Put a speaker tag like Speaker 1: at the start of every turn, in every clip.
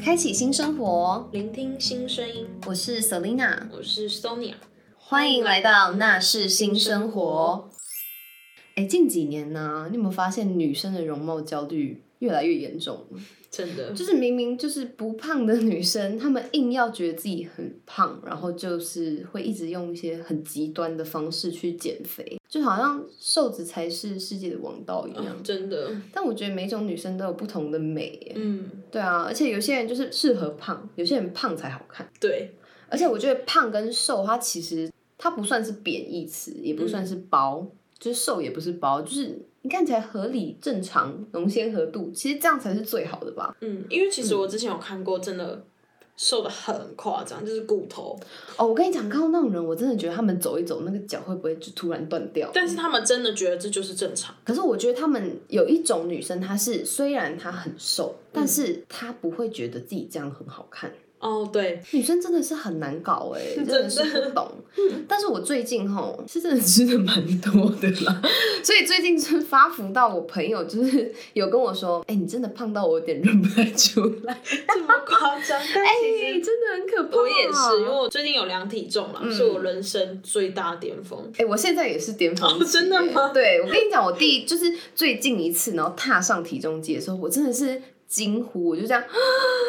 Speaker 1: 开启新生活，哦
Speaker 2: 聆听新声音，
Speaker 1: 我是 Selina，
Speaker 2: 我是 Sonia。
Speaker 1: 欢迎来到那是新生活。哎，近几年呢、你有没有发现女生的容貌焦虑越来越严重？
Speaker 2: 真的，
Speaker 1: 就是明明就是不胖的女生，她们硬要觉得自己很胖，然后就是会一直用一些很极端的方式去减肥，就好像瘦子才是世界的王道一样。
Speaker 2: 嗯真的，
Speaker 1: 但我觉得每种女生都有不同的美耶，
Speaker 2: 嗯，
Speaker 1: 对啊，而且有些人就是适合胖，有些人胖才好看。
Speaker 2: 对，
Speaker 1: 而且我觉得胖跟瘦，它其实它不算是贬义词，也不算是薄，就是瘦也不是薄，就是你看起来合理、正常、浓鲜合度，其实这样才是最好的吧。
Speaker 2: 嗯，因为其实我之前有看过，真的瘦的很夸张，就是骨头，
Speaker 1: 哦，我跟你讲，看到那种人，我真的觉得他们走一走，那个脚会不会就突然断掉？
Speaker 2: 但是他们真的觉得这就是正常，
Speaker 1: 可是我觉得他们有一种女生，她是虽然她很瘦，但是她不会觉得自己这样很好看。
Speaker 2: 哦，对，
Speaker 1: 女生真的是很难搞哎、真
Speaker 2: 的嗯
Speaker 1: 的是不懂。但是我最近吼是真的吃的蛮多的啦， 所以最近是发福到我朋友就是有跟我说，哎、你真的胖到我有点认不太出来，
Speaker 2: 这么夸张，但
Speaker 1: 哎、
Speaker 2: 其实。
Speaker 1: 真的很可怕。
Speaker 2: 我也是，因为我最近有量体重了，是我人生最大巅峰。
Speaker 1: 哎、我现在也是巅峰、
Speaker 2: 哦真的吗？
Speaker 1: 对，我跟你讲，我第一就是最近一次，然后踏上体重机的时候，我真的是惊呼，我就这样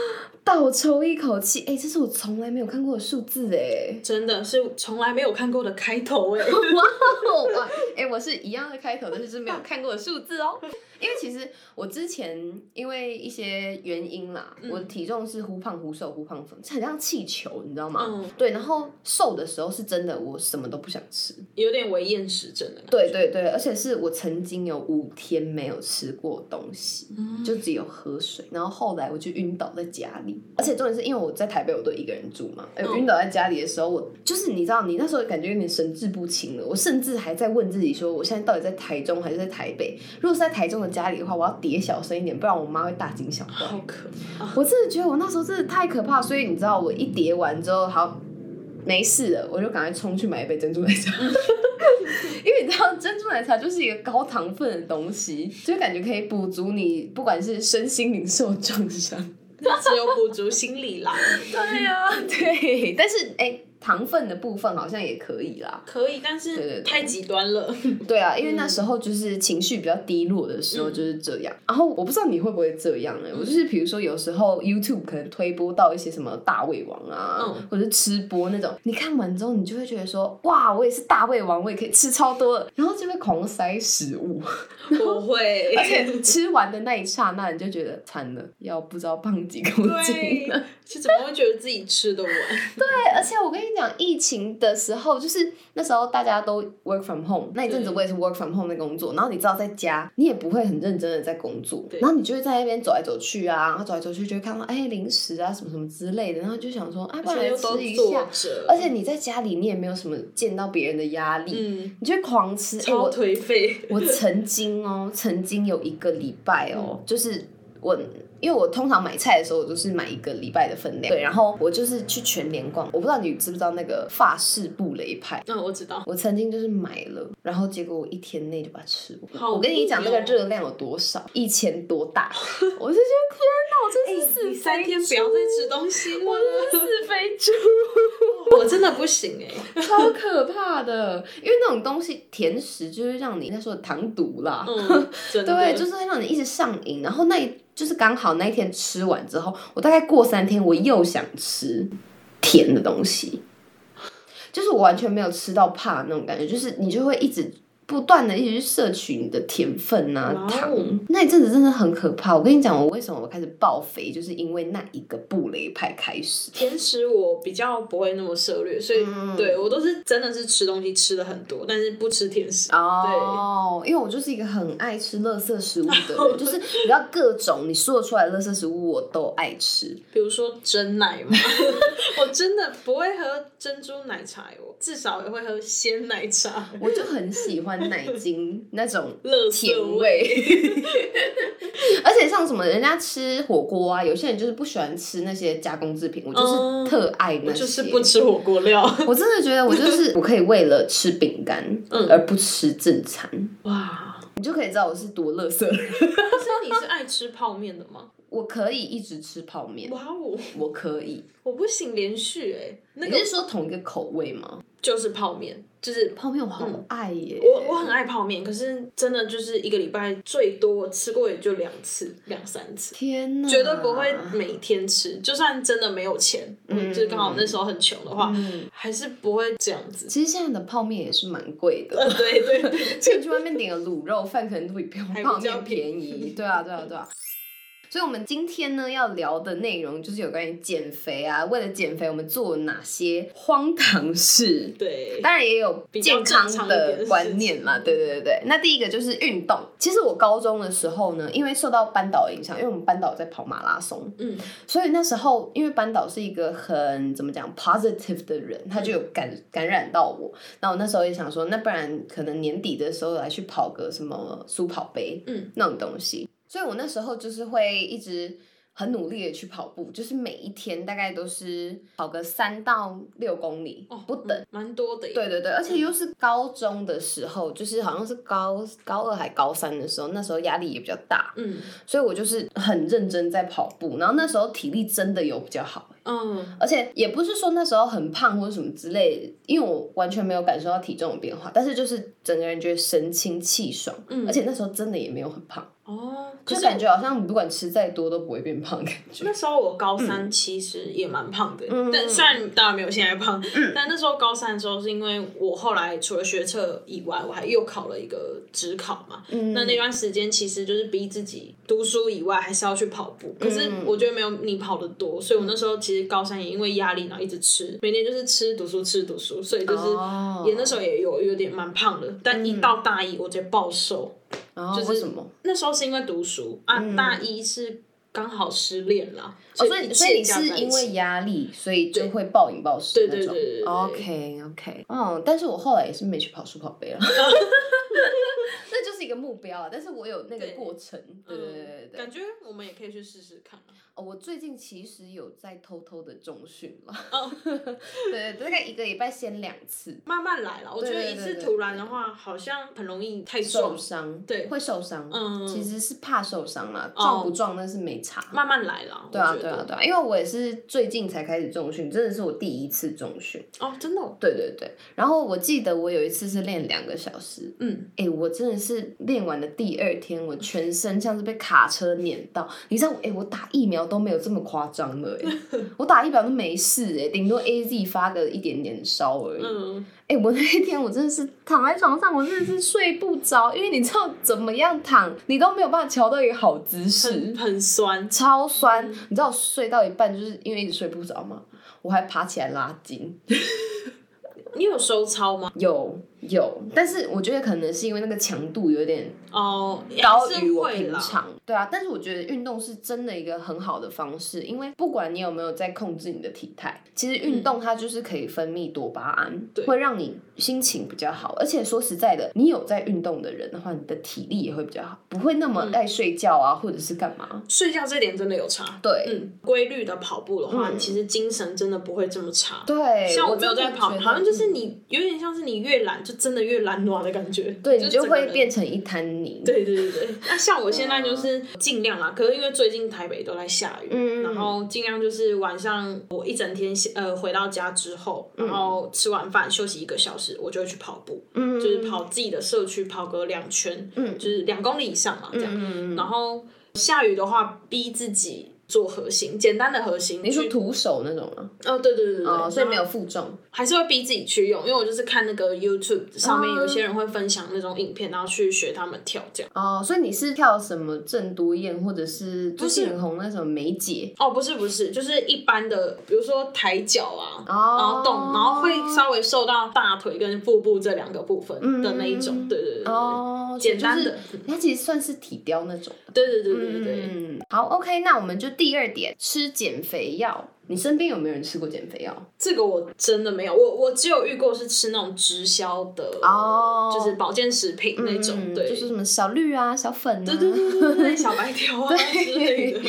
Speaker 1: 倒抽一口气，哎、这是我从来没有看过的数字哎、
Speaker 2: 真的是从来没有看过的开头 哎、
Speaker 1: 哇哦哇！哎、我是一样的开头，但是是没有看过的数字哦。因为其实我之前因为一些原因啦，我的体重是忽胖忽瘦，忽胖忽瘦，这很像气球，你知道吗？
Speaker 2: 嗯
Speaker 1: 对，然后瘦的时候是真的，我什么都不想吃，
Speaker 2: 有点为厌食症的感觉。
Speaker 1: 对对对，而且是我曾经有五天没有吃过东西，
Speaker 2: 嗯
Speaker 1: 就只有喝水。然后后来我就晕倒在家里，而且重点是因为我在台北我都一个人住嘛，哎、
Speaker 2: 嗯
Speaker 1: 我晕倒在家里的时候，我就是你知道，你那时候感觉有点神志不清了。我甚至还在问自己说，我现在到底在台中还是在台北？如果是在台中的家里的话，我要叠小声一点，不然我妈会大惊小怪。
Speaker 2: 好可怕。
Speaker 1: 我真的觉得我那时候真的太可怕，所以你知道，我一叠完之后，好没事了，我就赶快冲去买一杯珍珠奶茶， 因为你知道珍珠奶茶就是一个高糖分的东西，就感觉可以补足你不管是身心灵受创伤。
Speaker 2: 只有补足心理啦。
Speaker 1: 对呀、 对，但是哎、糖分的部分好像也可以啦。
Speaker 2: 可以，但
Speaker 1: 对对对
Speaker 2: 是太极端了。
Speaker 1: 对啊，因为那
Speaker 2: 嗯
Speaker 1: 时候就是情绪比较低落的时候就是这样。然后我不知道你会不会这样
Speaker 2: 嗯
Speaker 1: 哎、我就是比如说有时候 YouTube 可能推播到一些什么大胃王啊，
Speaker 2: 嗯
Speaker 1: 或者是吃播那种，你看完之后你就会觉得说哇，我也是大胃王，我也可以吃超多了，然后就会狂塞食 物，
Speaker 2: 我会，
Speaker 1: 而且吃完的那一刹那你就觉得惨了，要 不知道胖几公斤了。
Speaker 2: 对，是怎么会觉得自己吃得完？
Speaker 1: 对，而且我跟你讲，疫情的时候，就是那时候大家都 work from home，那一阵子
Speaker 2: 对
Speaker 1: 我也是 work from home 的工作，然后你知道在家，你也不会很认真的在工作，
Speaker 2: 对
Speaker 1: 然后你就会在那边走来走去啊，然后走来走去就会看到哎零食啊什么什么之类的，然后就想说哎，不
Speaker 2: 而
Speaker 1: 然
Speaker 2: 且
Speaker 1: 来
Speaker 2: 又都
Speaker 1: 吃一
Speaker 2: 坐
Speaker 1: 下，
Speaker 2: 着，
Speaker 1: 而且你在家里你也没有什么见到别人的压力，
Speaker 2: 嗯，
Speaker 1: 你就会狂吃，哎
Speaker 2: 超
Speaker 1: 我
Speaker 2: 颓废。
Speaker 1: 我曾经哦，曾经有一个礼拜哦，
Speaker 2: 嗯
Speaker 1: 就是我。因为我通常买菜的时候，我都是买一个礼拜的分量。对，然后我就是去全联逛，我不知道你知不知道那个法式布雷派。
Speaker 2: 嗯，我知道，
Speaker 1: 我曾经就是买了，然后结果我一天内就把它吃完。
Speaker 2: 好哦
Speaker 1: 我跟你讲，
Speaker 2: 硬
Speaker 1: 那
Speaker 2: 哦
Speaker 1: 个热量有多少？一千多 大卡。我就觉得天哪，我真是死肥
Speaker 2: 哎你三天不要再吃东西了。
Speaker 1: 死肥猪。
Speaker 2: 我真的不行哎。
Speaker 1: 超可怕的，因为那种东西甜食就是让你那时候糖毒啦，
Speaker 2: 嗯，真的。
Speaker 1: 对，就是会让你一直上瘾。然后那一就是刚好那一天吃完之后，我大概过三天我又想吃甜的东西，就是我完全没有吃到怕那种感觉，就是你就会一直。不断的一直去摄取你的甜分啊
Speaker 2: 哇哦
Speaker 1: 糖，那一阵子真的很可怕。我跟你讲，我为什么我开始爆肥，就是因为那一个布雷派开始。
Speaker 2: 甜食我比较不会那么涉略，所以
Speaker 1: 嗯
Speaker 2: 对我都是真的是吃东西吃的很多，但是不吃甜食。
Speaker 1: 哦，因为我就是一个很爱吃垃圾食物的 人，就是你知道各种你说得出来的垃圾食物我都爱吃。
Speaker 2: 比如说真奶 嘛，我真的不会喝珍珠奶茶，欸我至少也会喝鲜奶茶。
Speaker 1: 我就很喜欢奶 精那种
Speaker 2: 乐色
Speaker 1: 甜味， 而且像什么人家吃火锅啊，有些人就是不喜欢吃那些加工制品，我就
Speaker 2: 嗯
Speaker 1: 是特爱那些。
Speaker 2: 就是不吃火锅料。
Speaker 1: 我真的觉得我就是 我可以为了吃饼干
Speaker 2: 嗯
Speaker 1: 而不吃正餐，
Speaker 2: 哇，
Speaker 1: 你就可以知道我是多乐色。
Speaker 2: 可是你是爱吃泡面的吗？
Speaker 1: 我可以一直吃泡面，
Speaker 2: 哇哦，
Speaker 1: 我可以。
Speaker 2: 我不行，连续哎、那
Speaker 1: 你
Speaker 2: 个
Speaker 1: 是说同一个口味吗？
Speaker 2: 就是泡面，就是
Speaker 1: 泡面我好爱耶！
Speaker 2: 我我很爱泡面，可是真的就是一个礼拜最多吃过也就两次、两三次，
Speaker 1: 天哪，
Speaker 2: 绝对不会每天
Speaker 1: 嗯
Speaker 2: 吃。就算真的没有钱，嗯，就是刚好那时候很穷的话，
Speaker 1: 嗯
Speaker 2: 还是不会这样子。
Speaker 1: 其实现在的泡面也是蛮贵的，
Speaker 2: 呃，对对对，
Speaker 1: 这个去外面点个卤肉饭，可能都比
Speaker 2: 还比
Speaker 1: 泡
Speaker 2: 较
Speaker 1: 面
Speaker 2: 便
Speaker 1: 便宜。对啊，对啊，对啊。所以，我们今天呢要聊的内容就是有关于减肥啊。为了减肥，我们做了哪些荒唐事？
Speaker 2: 对
Speaker 1: 当然也有
Speaker 2: 比较
Speaker 1: 健康的观念嘛，
Speaker 2: 正常一
Speaker 1: 对对
Speaker 2: 点的事情
Speaker 1: 对对。那第一个就是运动。其实我高中的时候呢，因为受到班导影响，因为我们班导在跑马拉松，
Speaker 2: 嗯，
Speaker 1: 所以那时候因为班导是一个很怎么讲 positive 的人，他就有感感染到我。那我那时候也想说，那不然可能年底的时候来去跑个什么速跑杯，
Speaker 2: 嗯，
Speaker 1: 那种东西。所以我那时候就是会一直很努力的去跑步，就是每一天大概都是跑个三到六公里
Speaker 2: 哦，
Speaker 1: 不等。
Speaker 2: 蛮多的耶。
Speaker 1: 对对对，而且又是高中的时候，就是好像是高高二还高三的时候，那时候压力也比较大，
Speaker 2: 嗯
Speaker 1: 所以我就是很认真在跑步，然后那时候体力真的有比较好，
Speaker 2: 嗯
Speaker 1: 而且也不是说那时候很胖或者什么之类的，因为我完全没有感受到体重的变化，但是就是整个人觉得神清气爽，
Speaker 2: 嗯
Speaker 1: 而且那时候真的也没有很胖，
Speaker 2: 哦，可
Speaker 1: 就是感觉好像你不管吃再多都不会变胖的感觉。
Speaker 2: 那时候我高三其实也蛮胖的，
Speaker 1: 嗯
Speaker 2: 但虽然当然没有现在胖，但那时候高三的时候是因为我后来除了学测以外，我还又考了一个职考嘛。
Speaker 1: 嗯
Speaker 2: 那那段时间其实就是逼自己读书以外，还是要去跑步。
Speaker 1: 嗯
Speaker 2: 可是我觉得没有你跑的多，所以我那时候其实高三也因为压力，然后一直吃，每天就是吃读书吃读书，所以就是
Speaker 1: 嗯哦嗯
Speaker 2: 也那时候也有有点蛮胖的。但一到大一，我直接暴瘦。
Speaker 1: 然后哦为什么？嗯
Speaker 2: 那时候是因为读书啊，大一是刚好失恋了，
Speaker 1: 哦，所
Speaker 2: 所
Speaker 1: 以
Speaker 2: 一
Speaker 1: 所以
Speaker 2: 切
Speaker 1: 你
Speaker 2: 加在
Speaker 1: 是
Speaker 2: 一起
Speaker 1: 因为压力，所以就会暴饮暴食那
Speaker 2: 对
Speaker 1: 种。
Speaker 2: 对对对对
Speaker 1: OK OK，嗯，但是我后来也是没去跑速跑 杯了。那就是一个目标啊，但是我有那个
Speaker 2: 对嗯
Speaker 1: 过程，对对对对对。
Speaker 2: 感觉我们也可以去试试看啊。
Speaker 1: 哦，我最近其实有在偷偷的重训了，
Speaker 2: 哦，
Speaker 1: 对对，大概一个礼拜先两次，
Speaker 2: 慢慢来啦，我觉
Speaker 1: 对
Speaker 2: 得
Speaker 1: 对
Speaker 2: 一
Speaker 1: 对
Speaker 2: 次
Speaker 1: 对
Speaker 2: 突然的话，好像很容易太
Speaker 1: 受
Speaker 2: 重。
Speaker 1: 伤，
Speaker 2: 对
Speaker 1: 会受伤，
Speaker 2: 嗯
Speaker 1: 其实是怕受伤啦，
Speaker 2: 哦
Speaker 1: 撞不撞那是没差，
Speaker 2: 慢慢来啦，
Speaker 1: 对啊
Speaker 2: 我觉
Speaker 1: 对啊
Speaker 2: 得。
Speaker 1: 对啊，因为我也是最近才开始重训，真的是我第一次重训。
Speaker 2: 哦，真的哦，
Speaker 1: 对对对，然后我记得我有一次是练两个小时，
Speaker 2: 嗯，
Speaker 1: 哎、我真的是练完的第二天，我全身像是被卡车碾到，你知道，哎、我打疫苗都没有这么夸张了、诶 我打疫苗都没事、诶顶多 A Z 发个一点点烧而已。哎、
Speaker 2: 嗯，
Speaker 1: 我那一天我真的是躺在床上，我真的是睡不着，因为你知道怎么样躺，你都没有办法瞧到一个好姿势
Speaker 2: 很。嗯很酸，
Speaker 1: 超酸，你知道我睡到一半，就是因为一直睡不着嘛，我还爬起来拉筋，
Speaker 2: 你有收操吗？
Speaker 1: 有有，但是我觉得可能是因为那个强度有点
Speaker 2: 哦，也
Speaker 1: 高
Speaker 2: 是
Speaker 1: 于我
Speaker 2: 会
Speaker 1: 平
Speaker 2: 啦。
Speaker 1: 常，对啊。但是我觉得运动是真的一个很好的方式，因为不管你有没有在控制你的体态，其实运动它就是可以分泌多巴胺，
Speaker 2: 嗯对
Speaker 1: 会让你心情比较好。而且说实在的，你有在运动的人的话，你的体力也会比较好，不会那
Speaker 2: 嗯
Speaker 1: 么爱睡觉啊，或者是干嘛。
Speaker 2: 睡觉这点真的有差。
Speaker 1: 对嗯
Speaker 2: 嗯，规律的跑步的话，其实精神真的不会这么差。
Speaker 1: 对，
Speaker 2: 像我
Speaker 1: 我
Speaker 2: 没有
Speaker 1: 真
Speaker 2: 在
Speaker 1: 的
Speaker 2: 跑，
Speaker 1: 觉得嗯
Speaker 2: 好像就是你有点像是你越懒，就真的越懒惰的感觉。
Speaker 1: 对你就
Speaker 2: 整个
Speaker 1: 会嗯
Speaker 2: 人
Speaker 1: 变成一滩泥。
Speaker 2: 对对对对，那像我现在就是尽量啦，可是因为最近台北都在下雨，
Speaker 1: 嗯
Speaker 2: 然后尽量就是晚上我一整天呃回到家之后，然后吃完饭休息一个小时，我就会去跑步，
Speaker 1: 嗯，
Speaker 2: 就是跑自己的社区跑个两圈，
Speaker 1: 嗯
Speaker 2: 就是两公里以上嘛这样。
Speaker 1: 嗯，嗯嗯
Speaker 2: 然后下雨的话，逼自己做核心，简单的核心。
Speaker 1: 你说
Speaker 2: 去
Speaker 1: 徒手那种吗？
Speaker 2: 哦，对对对对，
Speaker 1: 哦，所以
Speaker 2: 然后
Speaker 1: 没有负重。
Speaker 2: 还是会逼自己去用，因为我就是看那个 YouTube 上面
Speaker 1: 哦
Speaker 2: 有些人会分享那种影片，然后去学他们跳这样。
Speaker 1: 哦，所以你是跳什么郑多燕，或者是最近很红那什么梅姐？
Speaker 2: 哦，不是不是，就是一般的，比如说抬脚啊，
Speaker 1: 哦
Speaker 2: 然后动，然后会稍微受到大腿跟腹部这两个部分的那一种，
Speaker 1: 嗯
Speaker 2: 对对对对，
Speaker 1: 哦，
Speaker 2: 简单的嗯
Speaker 1: 就是它其实算是体雕那种的。嗯
Speaker 2: 对对对对对对。
Speaker 1: 嗯，好，OK，那我们就第二点，吃减肥药。你身边有没有人吃过减肥药？
Speaker 2: 这个我真的没有，我我只有遇过是吃那种直销的，
Speaker 1: 哦
Speaker 2: 就是保健食品那种，
Speaker 1: 嗯
Speaker 2: 对，
Speaker 1: 就是什么小绿啊、小粉啊。
Speaker 2: 对对对对对，小白 条啊之类的。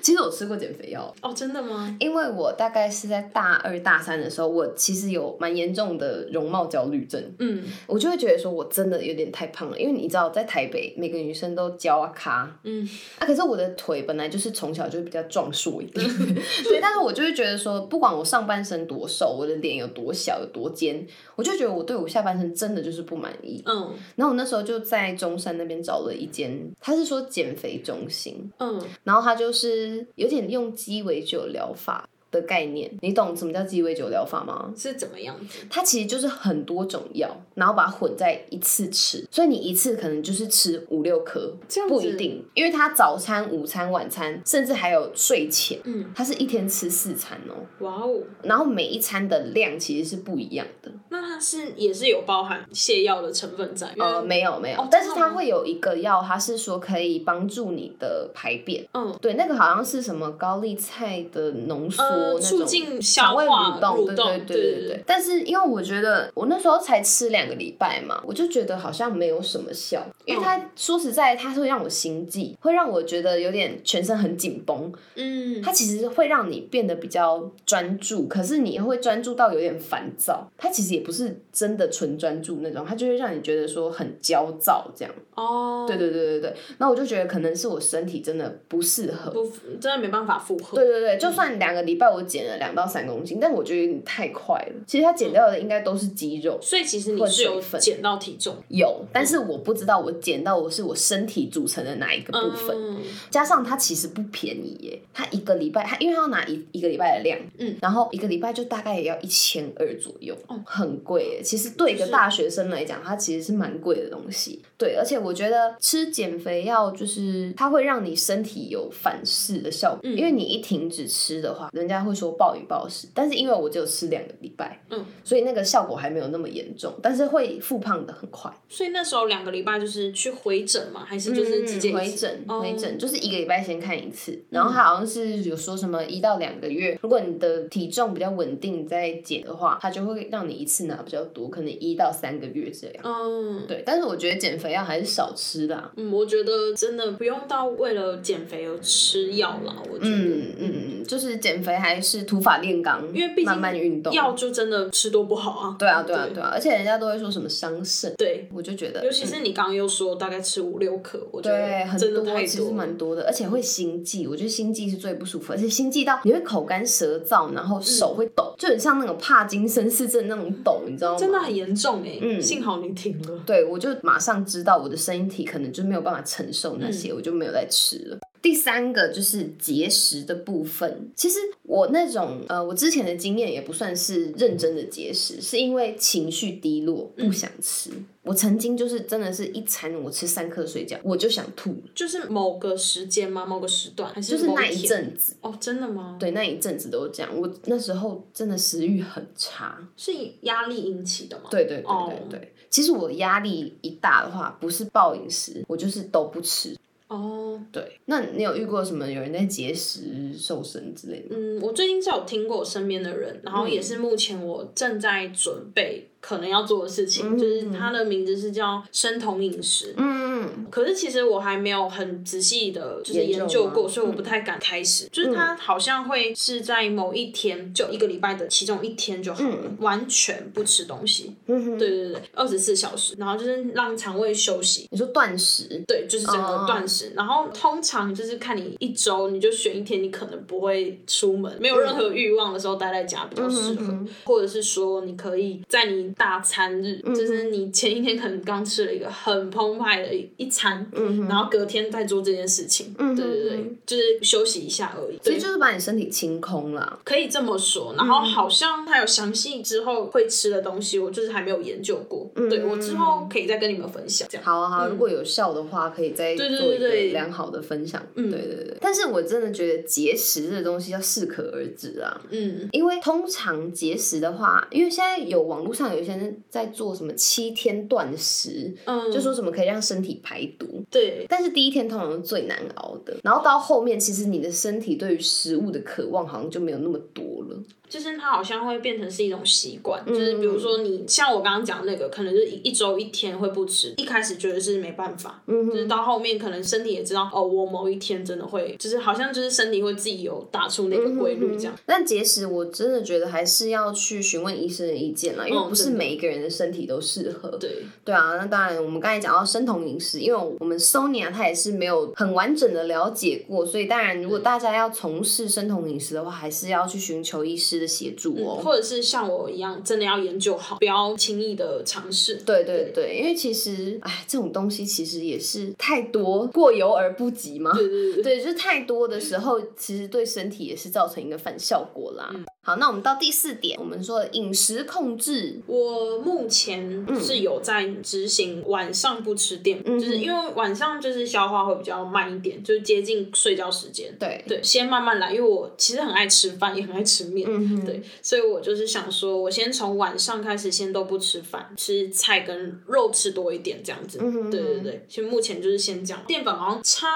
Speaker 1: 其实我吃过减肥药，
Speaker 2: 哦，真的吗？
Speaker 1: 因为我大概是在大二大三的时候，我其实有蛮严重的容貌焦虑症，
Speaker 2: 嗯
Speaker 1: 我就会觉得说我真的有点太胖了，因为你知道在台北每个女生都娇啊咖，
Speaker 2: 嗯
Speaker 1: 啊，可是我的腿本来就是从小就比较壮硕一点， 对，但是我就会觉得说，不管我上半身多瘦，我的脸有多小有多尖，我就觉得我对我下半身真的就是不满意。
Speaker 2: 嗯
Speaker 1: 然后我那时候就在中山那边找了一间，他是说减肥中心，
Speaker 2: 嗯，
Speaker 1: 然后它就是有点用鸡尾酒疗法的概念，你懂什么叫鸡尾酒疗法吗？
Speaker 2: 是怎么样子？
Speaker 1: 它其实就是很多种药，然后把它混在一次吃，所以你一次可能就是吃五六颗，
Speaker 2: 这样子
Speaker 1: 不一定，因为它早餐、午餐、晚餐，甚至还有睡前，
Speaker 2: 嗯，
Speaker 1: 它是一天吃四餐哦，
Speaker 2: 哇哦，
Speaker 1: 然后每一餐的量其实是不一样的。
Speaker 2: 那它是也是有包含泻药的成分在？因为
Speaker 1: 呃，没有没有，
Speaker 2: 哦
Speaker 1: 但是
Speaker 2: 真的
Speaker 1: 它
Speaker 2: 吗
Speaker 1: 会有一个药，它是说可以帮助你的排便。
Speaker 2: 嗯，
Speaker 1: 对，那个好像是什么高丽菜的浓缩、
Speaker 2: 呃，
Speaker 1: 那种
Speaker 2: 促进
Speaker 1: 肠
Speaker 2: 消
Speaker 1: 胃蠕
Speaker 2: 化
Speaker 1: 动，
Speaker 2: 蠕
Speaker 1: 对
Speaker 2: 动，
Speaker 1: 对对对对。但是因为我觉得我那时候才吃两个礼拜嘛，我就觉得好像没有什么效，因为
Speaker 2: 嗯
Speaker 1: 它说实在，它会让我心悸，会让我觉得有点全身很紧绷。
Speaker 2: 嗯，
Speaker 1: 它其实会让你变得比较专注，可是你会专注到有点烦躁。它其实也不是真的纯专注那种，它就会让你觉得说很焦躁这样。
Speaker 2: 哦，
Speaker 1: 对对对对对。那我就觉得可能是我身体真的不适合。
Speaker 2: 不真的没办法负荷。
Speaker 1: 对对对，就算两个礼拜我减了两到三公斤，但我觉得有点太快了。其实它减掉的应该都是肌肉，
Speaker 2: 所以其实你
Speaker 1: 或
Speaker 2: 是有
Speaker 1: 水分
Speaker 2: 减到体重
Speaker 1: 有，但是我不知道我减到我是我身体组成的哪一个部分。
Speaker 2: 嗯
Speaker 1: 加上它其实不便宜耶，它一个礼拜，它因为它要拿一一个礼拜的量，
Speaker 2: 嗯，
Speaker 1: 然后一个礼拜就大概也要一千二左右，
Speaker 2: 哦
Speaker 1: 很贵耶。其实对一个
Speaker 2: 是
Speaker 1: 大学生来讲，它其实是蛮贵的东西。对，而且我觉得吃减肥药就是它会让你身体有反噬的效果，
Speaker 2: 嗯
Speaker 1: 因为你一停止吃的话，人家会说暴饮暴食，但是因为我只有吃两个礼拜，
Speaker 2: 嗯，
Speaker 1: 所以那个效果还没有那么严重，但是会复胖的很快。
Speaker 2: 所以那时候两个礼拜就是去回诊嘛，还是就是直接
Speaker 1: 嗯回诊，
Speaker 2: 哦
Speaker 1: 回诊、就是一个礼拜先看一次，然后它好像是有说什么一到两个月，如果你的体重比较稳定，你再减的话，它就会让你一次拿比较多，可能一到三个月这样。
Speaker 2: 嗯。
Speaker 1: 对，但是我觉得减肥药还是少吃啦。
Speaker 2: 嗯，我觉得真的不用到为了减肥而吃药啦。我觉得，
Speaker 1: 嗯嗯嗯，就是减肥还是土法炼钢，
Speaker 2: 因为毕竟
Speaker 1: 慢慢运动。
Speaker 2: 药就真的吃多不好啊。
Speaker 1: 对啊对啊对啊，而且人家都会说什么伤肾，
Speaker 2: 对，
Speaker 1: 我就觉得
Speaker 2: 尤其是你刚刚又说大概吃五六颗，我觉
Speaker 1: 对，
Speaker 2: 得
Speaker 1: 很
Speaker 2: 真的太
Speaker 1: 其实
Speaker 2: 多了。
Speaker 1: 蛮多的，而且会心悸。我觉得心悸是最不舒服，而且心悸到你会口干舌燥，然
Speaker 2: 嗯
Speaker 1: 后手会抖，就很像那种帕金森氏症那种抖，你知道吗？
Speaker 2: 真的很严重哎、
Speaker 1: 哦嗯
Speaker 2: 幸好你停了。
Speaker 1: 对，我就马上知道我的身体可能就没有办法承受那
Speaker 2: 嗯
Speaker 1: 些，我就没有再吃了。第三个就是节食的部分。其实我那种呃，我之前的经验也不算是认真的节食，是因为情绪低落
Speaker 2: 嗯
Speaker 1: 不想吃。我曾经就是真的是一餐我吃三颗水饺，我就想吐了，
Speaker 2: 就是某个时间吗？某个时段还是
Speaker 1: 就是
Speaker 2: 某
Speaker 1: 那一
Speaker 2: 天
Speaker 1: 阵子。
Speaker 2: 哦，真的吗？
Speaker 1: 对，那一阵子都这样。我那时候真的食欲很差。
Speaker 2: 是压力引起的吗？
Speaker 1: 对对对
Speaker 2: 哦
Speaker 1: 对对。其实我压力一大的话，不是暴饮食，我就是都不吃。
Speaker 2: 哦，
Speaker 1: 对，那你有遇过什么有人在节食瘦身之类的吗？嗯
Speaker 2: 嗯，我最近是有听过我身边的人，然后也是目前我正在准备可能要做的事情，就是它的名字是叫生酮饮食。
Speaker 1: 嗯，
Speaker 2: 可是其实我还没有很仔细的，就是
Speaker 1: 研究
Speaker 2: 研究过，
Speaker 1: 吗嗯
Speaker 2: 所以我不太敢开始。就是它好像会是在某一天，就一个礼拜的其中一天就好了，
Speaker 1: 嗯
Speaker 2: 完全不吃东西。对对对，二十四小时，然后就是让肠胃休息，
Speaker 1: 你说断食，
Speaker 2: 对，就是整个断食。然后通常就是看你一周，你就选一天，你可能不会出门，没有任何欲望的时候待在家比较适合。或者是说，你可以在你大餐日，就是你前一天可能刚吃了一个很澎湃的一一餐，然后隔天再做这件事情。对对对，就是休息一下而已。
Speaker 1: 其
Speaker 2: 对
Speaker 1: 实就是把你身体清空啦。
Speaker 2: 可以这么说，然后好像它有详细之后会吃的东西，我就是还没有研究过。对我之后可以再跟你们分享。这样
Speaker 1: 好啊好啊，如果有效的话，可以再做
Speaker 2: 嗯对对
Speaker 1: 一个
Speaker 2: 对嗯
Speaker 1: 良好的分享。对对对。但是我真的觉得节食这东西要适可而止啊。
Speaker 2: 嗯
Speaker 1: 因为通常节食的话，因为现在有网络上有有些人在做什么七天断食，嗯，就说什么可以让身体排毒，
Speaker 2: 对，
Speaker 1: 但是第一天通常是最难熬的，然后到后面其实你的身体对于食物的渴望好像就没有那么多了。
Speaker 2: 就是它好像会变成是一种习惯，就是比如说你像我刚刚讲那个，可能就是一周一天会不吃，一开始觉得是没办法，就是到后面可能身体也知道哦，我某一天真的会，就是好像就是身体会自己有打出那个规律这样。
Speaker 1: 嗯但节食我真的觉得还是要去询问医生的意见啦，因
Speaker 2: 哦
Speaker 1: 为不是每一个人的身体都适合。
Speaker 2: 对
Speaker 1: 对啊，那当然我们刚才讲到生酮饮食，因为我们 Sonia 她也是没有很完整的了解过，所以当然如果大家要从事生酮饮食的话，还是要去寻求医师。的协助哦、
Speaker 2: 嗯，或者是像我一样，真的要研究好，不要轻易的尝试。
Speaker 1: 对对对，对因为其实，哎，这种东西其实也是太多过犹而不及嘛。
Speaker 2: 对对对，
Speaker 1: 对，就是太多的时候，其实对身体也是造成一个反效果啦。嗯、好，那我们到第四点，我们说饮食控制。
Speaker 2: 我目前是有在执行晚上不吃淀粉，嗯、就是因为晚上就是消化会比较慢一点，就是接近睡觉时间。
Speaker 1: 对
Speaker 2: 对，先慢慢来，因为我其实很爱吃饭，也很爱吃面。
Speaker 1: 嗯、
Speaker 2: 对，所以我就是想说，我先从晚上开始，先都不吃饭，吃菜跟肉吃多一点这样子。
Speaker 1: 嗯、
Speaker 2: 对对对，其实目前就是先这样，淀粉好像差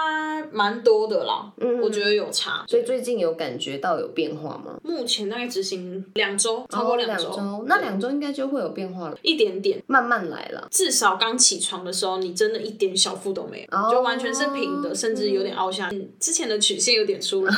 Speaker 2: 蛮多的啦，
Speaker 1: 嗯、
Speaker 2: 我觉得有差。
Speaker 1: 所以最近有感觉到有变化吗？
Speaker 2: 目前大概执行两周，超过
Speaker 1: 两
Speaker 2: 周，
Speaker 1: 哦、那两周应该就会有变化了，
Speaker 2: 一点点，
Speaker 1: 慢慢来了。
Speaker 2: 至少刚起床的时候，你真的一点小腹都没有，
Speaker 1: 哦、
Speaker 2: 就完全是平的，甚至有点凹下。之前的曲线有点出 来。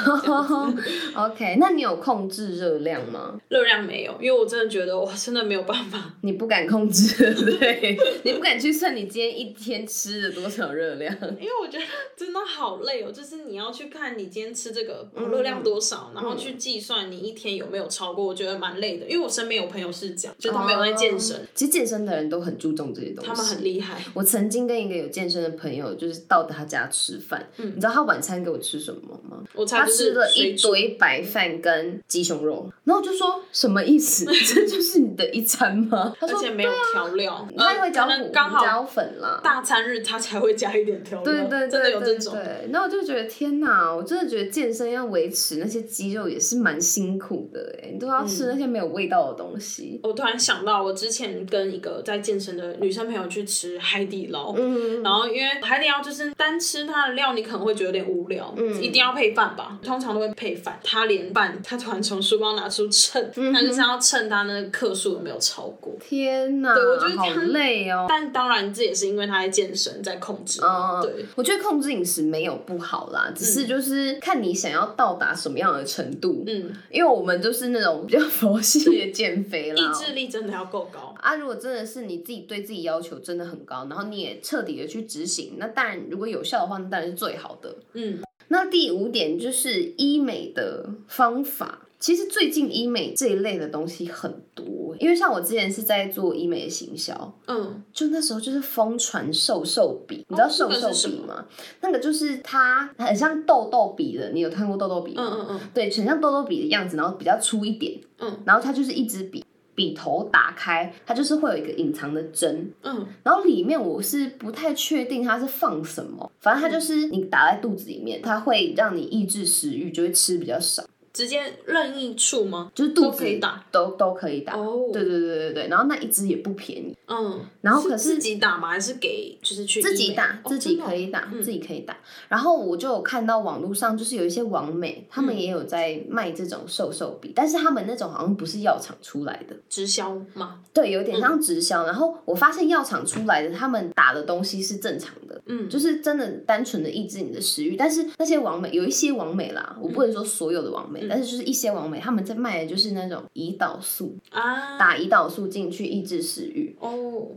Speaker 1: OK，那你有控制热？热量吗？
Speaker 2: 热量没有，因为我真的觉得我真的没有办法，
Speaker 1: 你不敢控制， 对，你不敢去算你今天一天吃了多少热量，
Speaker 2: 因为我觉得 真的好累哦。就是你要去看你今天吃这个热量多少，
Speaker 1: 嗯、
Speaker 2: 然后去计算你一天有没有超过，我觉得蛮累的。因为我身边有朋友是这样，就他们有在健身、哦，
Speaker 1: 其实健身的人都很注重这些东西，
Speaker 2: 他们很厉害。
Speaker 1: 我曾经跟一个有健身的朋友，就是到他家吃饭，
Speaker 2: 嗯、
Speaker 1: 你知道他晚餐给我吃什么吗？
Speaker 2: 我
Speaker 1: 他吃了一堆白饭跟鸡胸肉。然后我就说什么意思？ 这就是你的一餐吗？他啊
Speaker 2: 而且没有调料，呃
Speaker 1: 他会加
Speaker 2: 椒
Speaker 1: 粉啦。
Speaker 2: 大餐日他才会加一点调料，
Speaker 1: 对对
Speaker 2: 真的有这种。
Speaker 1: 然后我就觉得天哪，我真的觉得健身要维持那些肌肉也是蛮辛苦的哎，你都要
Speaker 2: 嗯
Speaker 1: 吃那些没有味道的东西。
Speaker 2: 我突然想到，我之前跟一个在健身的女生朋友去吃海底捞，
Speaker 1: 嗯，
Speaker 2: 然后因为海底捞就是单吃它的料，你可能会觉得有点无聊，嗯，一定要配饭吧，通常都会配饭。他连饭，他突然从书包拿。拿出秤，
Speaker 1: 嗯
Speaker 2: 他就是要秤他那个克数有没有超过。
Speaker 1: 天哪，
Speaker 2: 对我觉得
Speaker 1: 好累哦。
Speaker 2: 但当然，这也是因为他在健身，在控制。
Speaker 1: 嗯，
Speaker 2: 对，
Speaker 1: 我觉得控制饮食没有不好啦，只是就是看你想要到达什么样的程度。
Speaker 2: 嗯，
Speaker 1: 因为我们就是那种比较 佛系的减肥 啦，
Speaker 2: 意志力真的要够高
Speaker 1: 啊。如果真的是你自己对自己要求真的很高，然后你也彻底的去执行，那当然如果有效的话，那当然是最好的。
Speaker 2: 嗯，
Speaker 1: 那第五点就是医美的方法。其实最近医美这一类的东西很多，因为像我之前是在做医美的行销，
Speaker 2: 嗯，
Speaker 1: 就那时候就是疯传瘦瘦笔，你知道瘦瘦笔吗？那个就是它很像痘痘笔的，你有看过痘痘笔
Speaker 2: 吗？嗯嗯嗯，
Speaker 1: 对，很像痘痘笔的样子，然后比较粗一点，
Speaker 2: 嗯，
Speaker 1: 然后它就是一支笔。笔头打开，它就是会有一个隐藏的针，
Speaker 2: 嗯，
Speaker 1: 然后里面我是不太确定它是放什么，反正它就是你打在肚子里面，它会让你抑制食欲，就会吃比较少。
Speaker 2: 直接任意处吗？
Speaker 1: 就是肚
Speaker 2: 子可以打，
Speaker 1: 都都可以打。
Speaker 2: 哦，
Speaker 1: 对对对对对，然后那一支也不便宜。
Speaker 2: 嗯，
Speaker 1: 然后可是
Speaker 2: 自己打吗？还是给就是去
Speaker 1: 自己打，
Speaker 2: 哦、
Speaker 1: 自己可以打，
Speaker 2: 嗯、
Speaker 1: 自己可以打。然后我就有看到网络上就是有一些网美，他们也有在卖这种瘦瘦笔，但是他们那种好像不是药厂出来的，
Speaker 2: 直销吗？
Speaker 1: 对，有
Speaker 2: 嗯
Speaker 1: 点像直销。然后我发现药厂出来的，他们打的东西是正常的，
Speaker 2: 嗯，
Speaker 1: 就是真的单纯的抑制你的食欲。但是那些网美有一些网美啦，我不能说所有的网美，
Speaker 2: 嗯
Speaker 1: 但是就是一些网美他们在卖的就是那种胰岛素，
Speaker 2: 啊，
Speaker 1: 打胰岛素进去抑制食欲，
Speaker 2: 哦，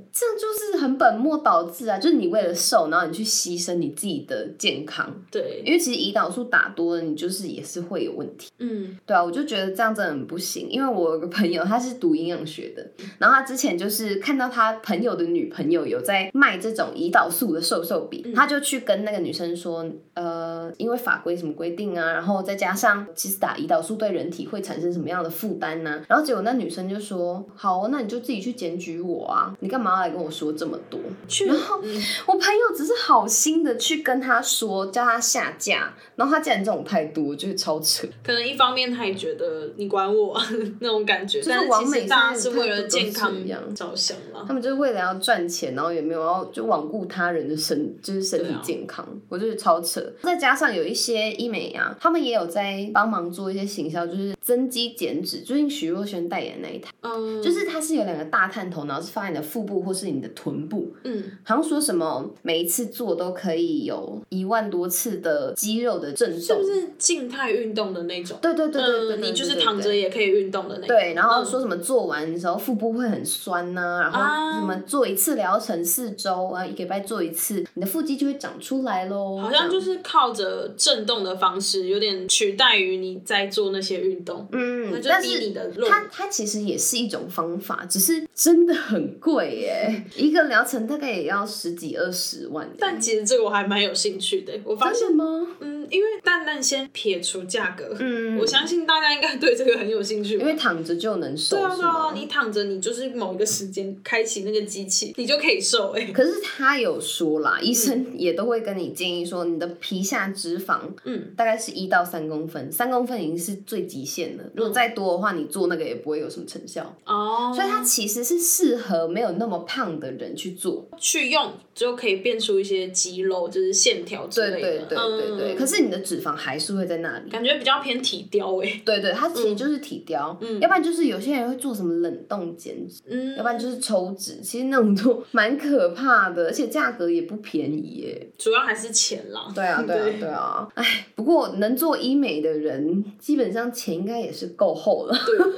Speaker 1: 这样就是很本末倒置啊！就是你为了瘦，然后你去牺牲你自己的健康，
Speaker 2: 对，
Speaker 1: 因为其实胰岛素打多了，你就是也是会有问题。
Speaker 2: 嗯
Speaker 1: 对啊，我就觉得这样真的很不行，因为我有个朋友他是读营养学的，然后他之前就是看到他朋友的女朋友有在卖这种胰岛素的瘦瘦笔，
Speaker 2: 嗯
Speaker 1: 他就去跟那个女生说，呃，因为法规什么规定啊，然后再加上其实打打胰岛素对人体会产生什么样的负担呢？然后结果那女生就说：“好、哦，那你就自己去检举我啊，你干嘛要来跟我说这么多？”然后我朋友只是好心的去跟他说，叫他下架，然后他竟然这种态度，我觉得超扯。
Speaker 2: 可能一方面他也觉得你管我 那种感觉，
Speaker 1: 就是
Speaker 2: 但
Speaker 1: 完
Speaker 2: 其
Speaker 1: 美
Speaker 2: 实大家
Speaker 1: 是
Speaker 2: 是为了健
Speaker 1: 态度
Speaker 2: 康
Speaker 1: 都是一样
Speaker 2: 着想嘛。
Speaker 1: 他们就是为了要赚钱，然后也没有要就罔顾他人的身，就是身体
Speaker 2: 对啊
Speaker 1: 健康，我觉得超扯。再加上有一些医美啊，他们也有在帮忙做一些行销，就是增肌减脂。最近徐若瑄代言那一台，
Speaker 2: 嗯，
Speaker 1: 就是它是有两个大探头，然后是放在你的腹部或是你的臀部，
Speaker 2: 嗯，
Speaker 1: 好像说什么每一次做都可以有一万多次的肌肉的震动，
Speaker 2: 是不是静态运动的那种？
Speaker 1: 对？对对对对对
Speaker 2: 嗯，你就
Speaker 1: 对
Speaker 2: 是
Speaker 1: 对
Speaker 2: 躺着也可以运动的那种。
Speaker 1: 对，然后说什么做完的时候腹部会很酸呐、然后
Speaker 2: 啊
Speaker 1: 什么做一次疗程四周啊，一个礼拜做一次，你的腹肌就会长出来喽。
Speaker 2: 好
Speaker 1: 这
Speaker 2: 像
Speaker 1: 样
Speaker 2: 就是靠着震动的方式，有点取代于你在做那些运动。
Speaker 1: 嗯
Speaker 2: 它，就
Speaker 1: 但
Speaker 2: 逼
Speaker 1: 是
Speaker 2: 你的肉
Speaker 1: 它它其实也是一种方法，只是真的很贵耶，一个疗程大概也要十几二十万耶。
Speaker 2: 但其实这个我还蛮有兴趣的，我发现，
Speaker 1: 真的吗？
Speaker 2: 嗯，因为蛋蛋先撇除价格，
Speaker 1: 嗯
Speaker 2: 我，相信大家应该对这个很有兴趣吧
Speaker 1: 因。为躺着就能瘦，
Speaker 2: 对啊
Speaker 1: 是
Speaker 2: 对啊，
Speaker 1: 吗？
Speaker 2: 你躺着，你就是某一个时间开启那个机器，你就可以瘦哎、
Speaker 1: 可是他有说
Speaker 2: 嗯
Speaker 1: 啦，医生也都会跟你建议说，你的皮下脂肪，
Speaker 2: 嗯，
Speaker 1: 大概是一到三公分，三公分已经是最极限了。
Speaker 2: 嗯
Speaker 1: 如果再多的话，你做那个也不会有什么成效。
Speaker 2: 哦，
Speaker 1: 所以它其实是适合没有那么胖的人去做。
Speaker 2: 去用就可以变出一些肌肉，就是线条之
Speaker 1: 对
Speaker 2: 类
Speaker 1: 对
Speaker 2: 的。
Speaker 1: 对对对。
Speaker 2: 嗯
Speaker 1: 可是你的脂肪还是会在那里。
Speaker 2: 感觉比较偏体雕哎、
Speaker 1: 对对，它其实就是体雕，
Speaker 2: 嗯
Speaker 1: 要不然就是有些人会做什么冷冻减脂，
Speaker 2: 嗯，
Speaker 1: 要不然就是抽脂，其实那种都蛮可怕的，而且价格也不便宜耶。
Speaker 2: 主要还是钱啦。
Speaker 1: 对 啊，对啊，对啊，哎，不过能做医美的人，基本上钱应该也是够厚了。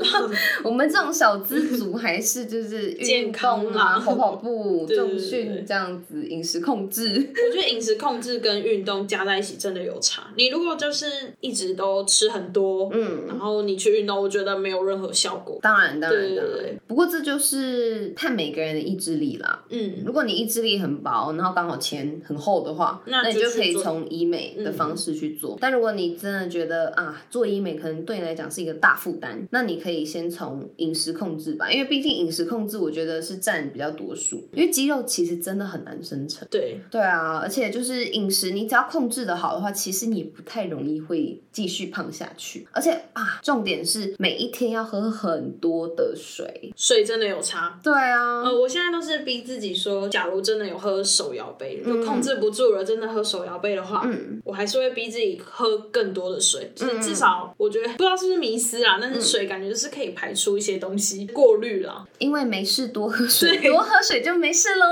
Speaker 1: 我们这种小资族还是 就是运
Speaker 2: 健康
Speaker 1: 动啊，
Speaker 2: 啦
Speaker 1: 跑跑步、
Speaker 2: 对对
Speaker 1: 重
Speaker 2: 对
Speaker 1: 训
Speaker 2: 对
Speaker 1: 这样子，饮食控制。
Speaker 2: 我觉得饮食控制跟运动加在一起真的有差。你如果就是一直都吃很多，
Speaker 1: 嗯
Speaker 2: 然后你去运动，我觉得没有任何效果。
Speaker 1: 当然，当然，
Speaker 2: 对对
Speaker 1: 当
Speaker 2: 对
Speaker 1: 然。不过这就是看每个人的意志力啦。
Speaker 2: 嗯，
Speaker 1: 如果你意志力很薄，然后刚好钱很厚的话，
Speaker 2: 那
Speaker 1: 你
Speaker 2: 就
Speaker 1: 就
Speaker 2: 去
Speaker 1: 可以
Speaker 2: 做嗯
Speaker 1: 从医美的方式去做。但如果你真的觉得啊，做医美可能对你来讲是一个大负担，那你可以先从饮食控制吧，因为毕竟饮食控制我觉得是占比较多数，因为肌肉其实真的很难生成。
Speaker 2: 对，
Speaker 1: 对啊，而且就是饮食，你只要控制的好的话，其实你不太容易会继续胖下去。而且啊，重点是每一天要喝很多的水。
Speaker 2: 水真的有差。
Speaker 1: 对啊，
Speaker 2: 呃，我现在都是逼自己说，假如真的有喝手摇杯，
Speaker 1: 嗯
Speaker 2: 就控制不住了，真的喝手摇杯的话，
Speaker 1: 嗯，
Speaker 2: 我还是会逼自己喝更多的水，就
Speaker 1: 嗯
Speaker 2: 是至少我觉得不知道是不是迷失啊，但是水感觉就是可以排出一些东西，过滤啦，
Speaker 1: 因为没事多喝水，
Speaker 2: 对
Speaker 1: 多喝水就没事喽。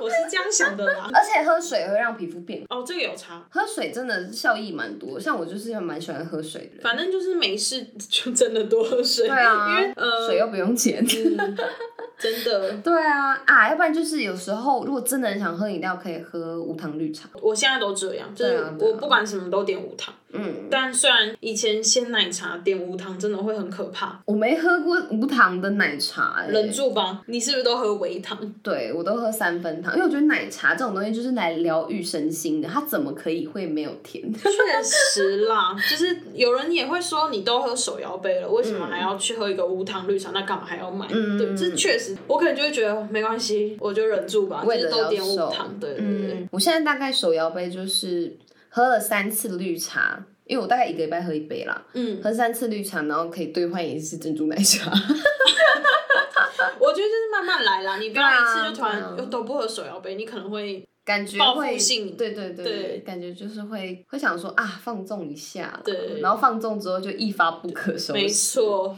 Speaker 2: 我是这样想的啦。
Speaker 1: 而且喝水会让皮肤变好，
Speaker 2: 哦，这个有差。
Speaker 1: 喝水真的效益蛮多。像我就是蛮喜欢喝水的人，
Speaker 2: 反正就是没事就真的多喝水，
Speaker 1: 对啊
Speaker 2: 因为呃，
Speaker 1: 水又不用钱。
Speaker 2: 嗯，真的，
Speaker 1: 对啊，啊，要不然就是有时候如果真的很想喝饮料，可以喝无糖绿茶。
Speaker 2: 我现在都这样，就
Speaker 1: 对
Speaker 2: 是
Speaker 1: 啊对啊
Speaker 2: 我不管什么都点无糖。
Speaker 1: 嗯，
Speaker 2: 但虽然以前鲜奶茶点无糖真的会很可怕，
Speaker 1: 我没喝过无糖的奶茶、欸，
Speaker 2: 忍住吧，你是不是都喝微糖？
Speaker 1: 对我都喝三分糖，因为我觉得奶茶这种东西就是来疗愈身心的，它怎么可以会没有甜？
Speaker 2: 确实啦，就是有人也会说你都喝手摇杯了，为什么还要去喝一个无糖绿茶？那干嘛还要买？
Speaker 1: 嗯
Speaker 2: 对，这确实，我可能就会觉得没关系，我就忍住吧，就
Speaker 1: 为
Speaker 2: 是
Speaker 1: 了
Speaker 2: 都
Speaker 1: 要
Speaker 2: 点无
Speaker 1: 瘦
Speaker 2: 糖。对对对，
Speaker 1: 嗯，我现在大概手摇杯就是喝了三次绿茶，因为我大概一个礼拜喝一杯啦，
Speaker 2: 嗯，
Speaker 1: 喝三次绿茶，然后可以兑换一次珍珠奶茶。
Speaker 2: 我觉得就是慢慢来啦，你不要
Speaker 1: 对
Speaker 2: 一
Speaker 1: 啊
Speaker 2: 次就突然
Speaker 1: 对啊
Speaker 2: 都不喝手摇杯，你可能会
Speaker 1: 感觉
Speaker 2: 报复
Speaker 1: 会
Speaker 2: 性
Speaker 1: 对对对对，
Speaker 2: 对
Speaker 1: 感觉就是会会想说啊，放纵一下啦，
Speaker 2: 对
Speaker 1: 然后放纵之后就一发不可收拾。
Speaker 2: 没错，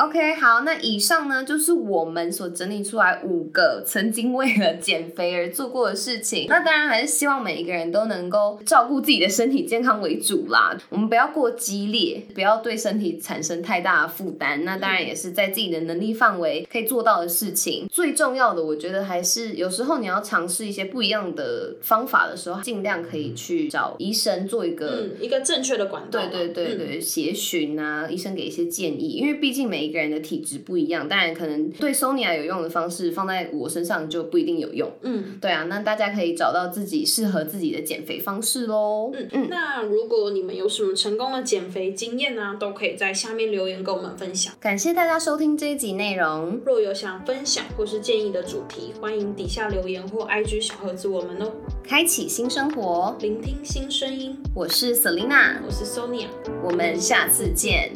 Speaker 1: OK，好，那以上呢就是我们所整理出来五个曾经为了减肥而做过的事情。那当然还是希望每一个人都能够照顾自己的身体健康为主啦。我们不要过激烈，不要对身体产生太大的负担。那当然也是在自己的能力范围可以做到的事情。最重要的，我觉得还是有时候你要尝试一些不一样的方法的时候，尽量可以去找医生做一个
Speaker 2: 嗯，一个正确的管道
Speaker 1: 对
Speaker 2: 嘛，
Speaker 1: 对对
Speaker 2: 嗯，
Speaker 1: 对，协询啊，医生给一些建议，因为毕竟每一每个人的体质不一样，当然可能对 Sonia 有用的方式放在我身上就不一定有用。
Speaker 2: 嗯
Speaker 1: 对啊，那大家可以找到自己适合自己的减肥方式喽。
Speaker 2: 嗯嗯。那如果你们有什么成功的减肥经验呢、都可以在下面留言跟我们分享。
Speaker 1: 感谢大家收听这一集内容，
Speaker 2: 若有想分享或是建议的主题，欢迎底下留言或 IG 小盒子我们哦。
Speaker 1: 开启新生活，
Speaker 2: 聆听新声音，
Speaker 1: 我是 Selina，
Speaker 2: 我是 Sonia。
Speaker 1: 我们下次见。